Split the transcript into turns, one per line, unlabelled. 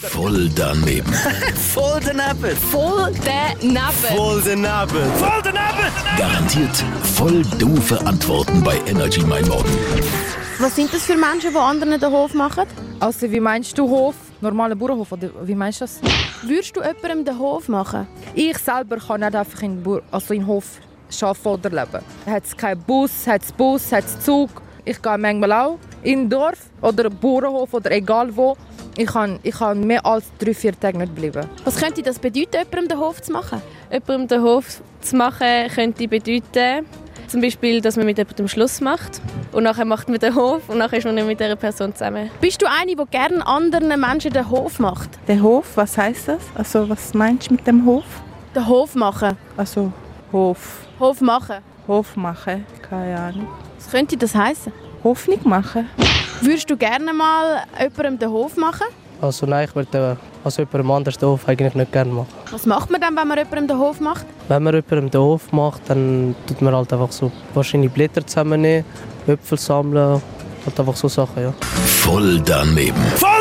Voll daneben.
Voll daneben.
Voll daneben.
Voll daneben. Voll daneben.
Garantiert voll doofe Antworten bei Energy Mein Morgen.
Was sind das für Menschen, die anderen den Hof machen?
Also wie meinst du Hof? Normaler Bauernhof oder wie meinst du das?
Würdest du jemandem den Hof machen?
Ich selber kann nicht einfach in den, Bau- also in den Hof arbeiten oder leben. Hat es keinen Bus, hat es Bus, hat es Zug. Ich gehe manchmal auch in ein Dorf oder einen Bauernhof oder egal wo. Ich kann, ich kann mehr als drei, vier Tage nicht bleiben.
Was könnte das bedeuten, jemandem den Hof zu machen?
jemandem den Hof zu machen, könnte bedeuten, zum Beispiel, dass man mit jemandem Schluss macht und nachher macht man den Hof und nachher ist man nicht mit dieser Person zusammen.
Bist du eine, die gerne anderen Menschen den Hof macht?
Der Hof, was heißt das? Also was meinst du mit dem Hof?
Den Hof machen.
Also Hof,
Hof machen.
Hof machen, keine Ahnung.
Was könnte das heißen?
Hof nicht machen.
Würdest du gerne mal jemandem den Hof machen?
Also nein, ich würde äh, also jemandem anders den Hof eigentlich nicht gerne machen.
Was macht man dann, wenn man jemandem den Hof macht?
Wenn man jemandem den Hof macht, dann tut man halt einfach so wahrscheinlich Blätter zusammennehmen, Äpfel sammeln, halt einfach so Sachen, ja.
Voll daneben.
Voll